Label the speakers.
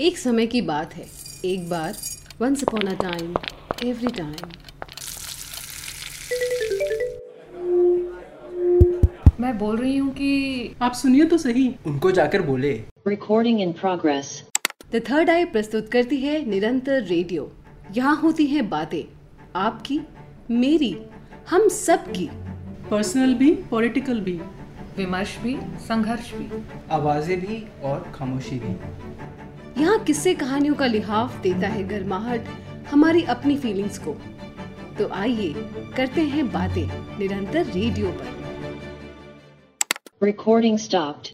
Speaker 1: एक समय की बात है एक बार once upon a time every time मैं बोल रही हूँ कि
Speaker 2: आप सुनिए तो सही
Speaker 3: उनको जाकर बोले
Speaker 4: Recording in progress.
Speaker 1: The third eye प्रस्तुत करती है निरंतर रेडियो यहाँ होती हैं बातें आपकी मेरी हम सब की
Speaker 2: पर्सनल भी पॉलिटिकल भी
Speaker 5: विमर्श भी संघर्ष भी
Speaker 3: आवाजें भी और खामोशी भी
Speaker 1: यहाँ किस्से कहानियों का लिहाफ देता है गर्माहट हमारी अपनी फीलिंग्स को तो आइए करते हैं बातें निरंतर रेडियो पर
Speaker 4: Recording stopped.